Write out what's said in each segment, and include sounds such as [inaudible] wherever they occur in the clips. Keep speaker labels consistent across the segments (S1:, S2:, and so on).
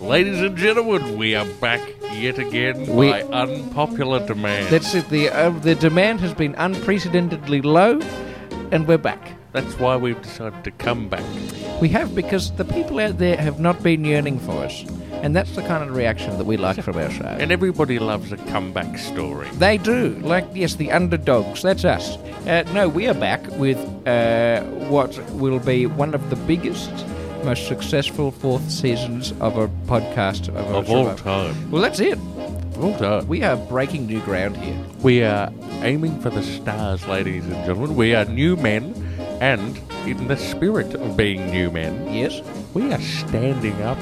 S1: Ladies and gentlemen, we are back yet again
S2: We-
S1: by unpopular demand.
S2: That's it. The uh, the demand has been unprecedentedly low, and we're back.
S1: That's why we've decided to come back.
S2: We have because the people out there have not been yearning for us, and that's the kind of reaction that we like from our show.
S1: And everybody loves a comeback story.
S2: they do like yes, the underdogs. That's us. Uh, no, we are back with uh, what will be one of the biggest, most successful fourth seasons of a podcast of, a
S1: Of all
S2: survival-
S1: time.
S2: Well, that's it.
S1: Of all time.
S2: We are breaking new ground here.
S1: We are aiming for the stars, ladies and gentlemen. We are new men, and in the spirit of being new men,
S2: Yes.
S1: we are standing up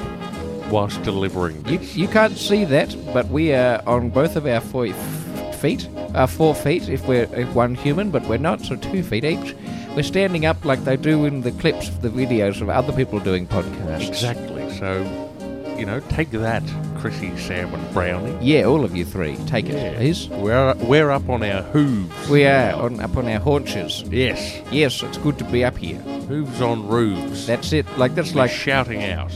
S1: whilst delivering
S2: You,
S1: this.
S2: you can't see that, but we are on both of our four feet, our four feet if we're if one human, but we're not, so two feet each. We're standing up like they do in the clips of the videos of other people doing podcasts.
S1: Exactly. So, you know, take that, Chrissy, Sam, and Brownie.
S2: Yeah, all of you three, take it,
S1: Yeah.
S2: please.
S1: We're, we're up on our hooves.
S2: We are on, up on our haunches.
S1: Yes.
S2: Yes, it's good to be up here.
S1: Hooves on roofs.
S2: That's it. Like that's
S1: like
S2: like
S1: shouting out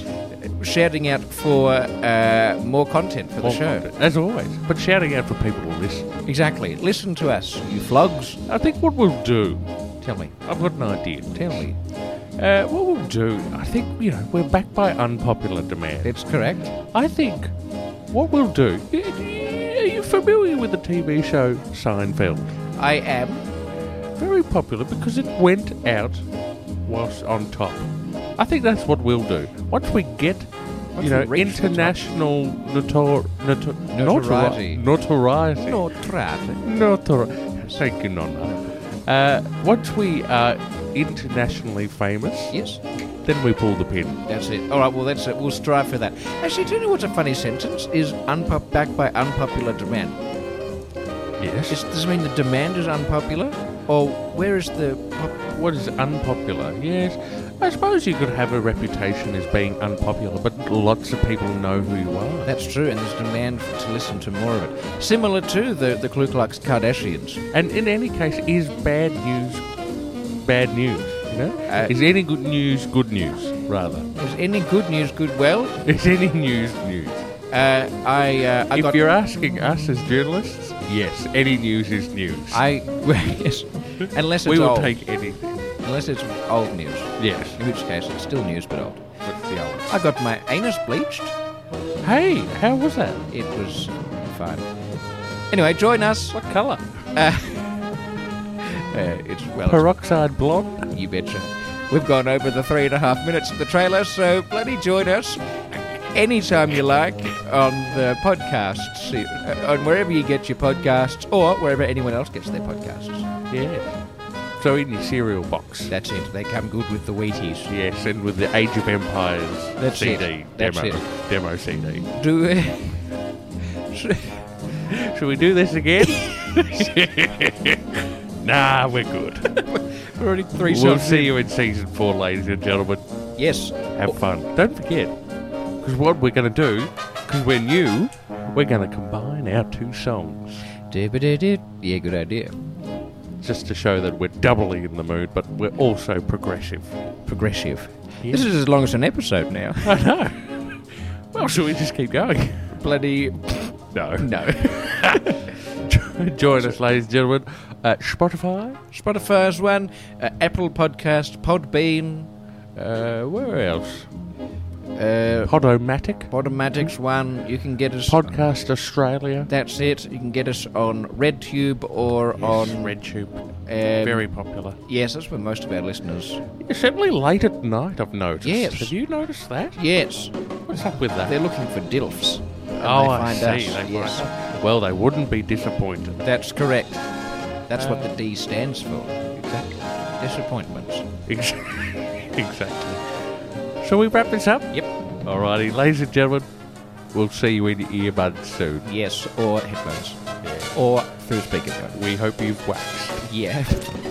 S2: shouting out for uh, more content for the
S1: More
S2: show.
S1: content, as always, but shouting out for people to listen.
S2: Exactly. Listen to us, you flogs.
S1: I think what we'll do,
S2: Tell me,
S1: I've got an idea.
S2: tell me.
S1: Uh, what we'll do, I think you know we're backed by unpopular demand.
S2: That's correct.
S1: I think what we'll do. y- y- Are you familiar with the TV show Seinfeld?
S2: I am.
S1: Very popular because it went out whilst on top. I think that's what we'll do. Once we get,
S2: Once
S1: you know,
S2: we reach the top.
S1: international notor- notor-
S2: Notoriety.
S1: notoriety,
S2: No traffic.
S1: Not all right. Thank you, Nonna. Uh, once we are internationally famous,
S2: Yes,
S1: then we pull the pin.
S2: that's it. All right, well, that's it. We'll strive for that. Actually, do you know what's a funny sentence? Is unpo- backed by unpopular demand.
S1: Yes.
S2: Is, does it mean the demand is unpopular? Or where is the. pop-
S1: what is unpopular? Yes. I suppose you could have a reputation as being unpopular, but lots of people know who you are.
S2: That's true, and there's demand to listen to more of it. Similar to the, the Ku Klux Kardashians.
S1: and in any case, is bad news bad news? You know?
S2: Uh,
S1: is any good news good news,
S2: [laughs]
S1: rather?
S2: Is any good news good? Well,
S1: Is any news news?
S2: uh, I, uh, I
S1: if
S2: got.
S1: you're asking us as journalists, yes, any news is news.
S2: I. [laughs] yes. Unless it's
S1: we will
S2: old.
S1: take anything.
S2: Unless it's old news.
S1: Yes.
S2: In which case, it's still news, but old.
S1: What's the old?
S2: I got my anus bleached.
S1: Hey, how was that?
S2: It was fine. Anyway, join us.
S1: What colour?
S2: Uh, it's well,
S1: Peroxide blonde.
S2: you betcha. We've gone over the three and a half minutes of the trailer, so bloody join us anytime you like on the podcast, se- uh, on wherever you get your podcasts or wherever anyone else gets their podcasts.
S1: Yeah. So in your cereal box.
S2: That's it. They come good with the Wheaties.
S1: yes, and with the Age of Empires
S2: That's
S1: CD
S2: it. That's
S1: demo demo CD.
S2: Do
S1: Should we do this again? [laughs] nah, we're good.
S2: [laughs] we're already three
S1: we'll
S2: songs
S1: see you in season four, ladies and gentlemen.
S2: in. Yes.
S1: Have fun. Don't forget, because what we're going to do, because we're new, we're going to combine our two songs.
S2: Dibbidi-did. Yeah, good idea.
S1: just to show that we're doubly in the mood, but we're also progressive.
S2: Progressive.
S1: Yeah.
S2: This is as long as an episode now.
S1: I know. Well, shall we just keep going?
S2: bloody
S1: No. [laughs]
S2: no.
S1: Join us, ladies and gentlemen, at Spotify.
S2: Spotify's one, uh, Apple Podcast, Podbean,
S1: Uh, where else?
S2: uh,
S1: Podomatic.
S2: Podomatics one. You can get us.
S1: Podcast Australia.
S2: That's it. You can get us on RedTube or on.
S1: On RedTube.
S2: um,
S1: Very popular.
S2: Yes, that's where most of our listeners.
S1: Yeah, certainly late at night, I've noticed.
S2: Yes.
S1: Have you noticed that?
S2: Yes,
S1: What's up with that?
S2: they're looking for dilfs. and
S1: oh,
S2: they
S1: I
S2: find
S1: see.
S2: Us.
S1: They
S2: yes,
S1: find us. Well, they wouldn't be disappointed.
S2: that's correct. That's what the
S1: Uh,
S2: D stands for.
S1: Exactly.
S2: Disappointments.
S1: Ex- [laughs] exactly. Shall we wrap this up?
S2: Yep.
S1: Alrighty, ladies and gentlemen, we'll see you in your earbuds soon.
S2: Yes, or headphones, or through speakerphone.
S1: We hope you've waxed.
S2: Yeah. [laughs]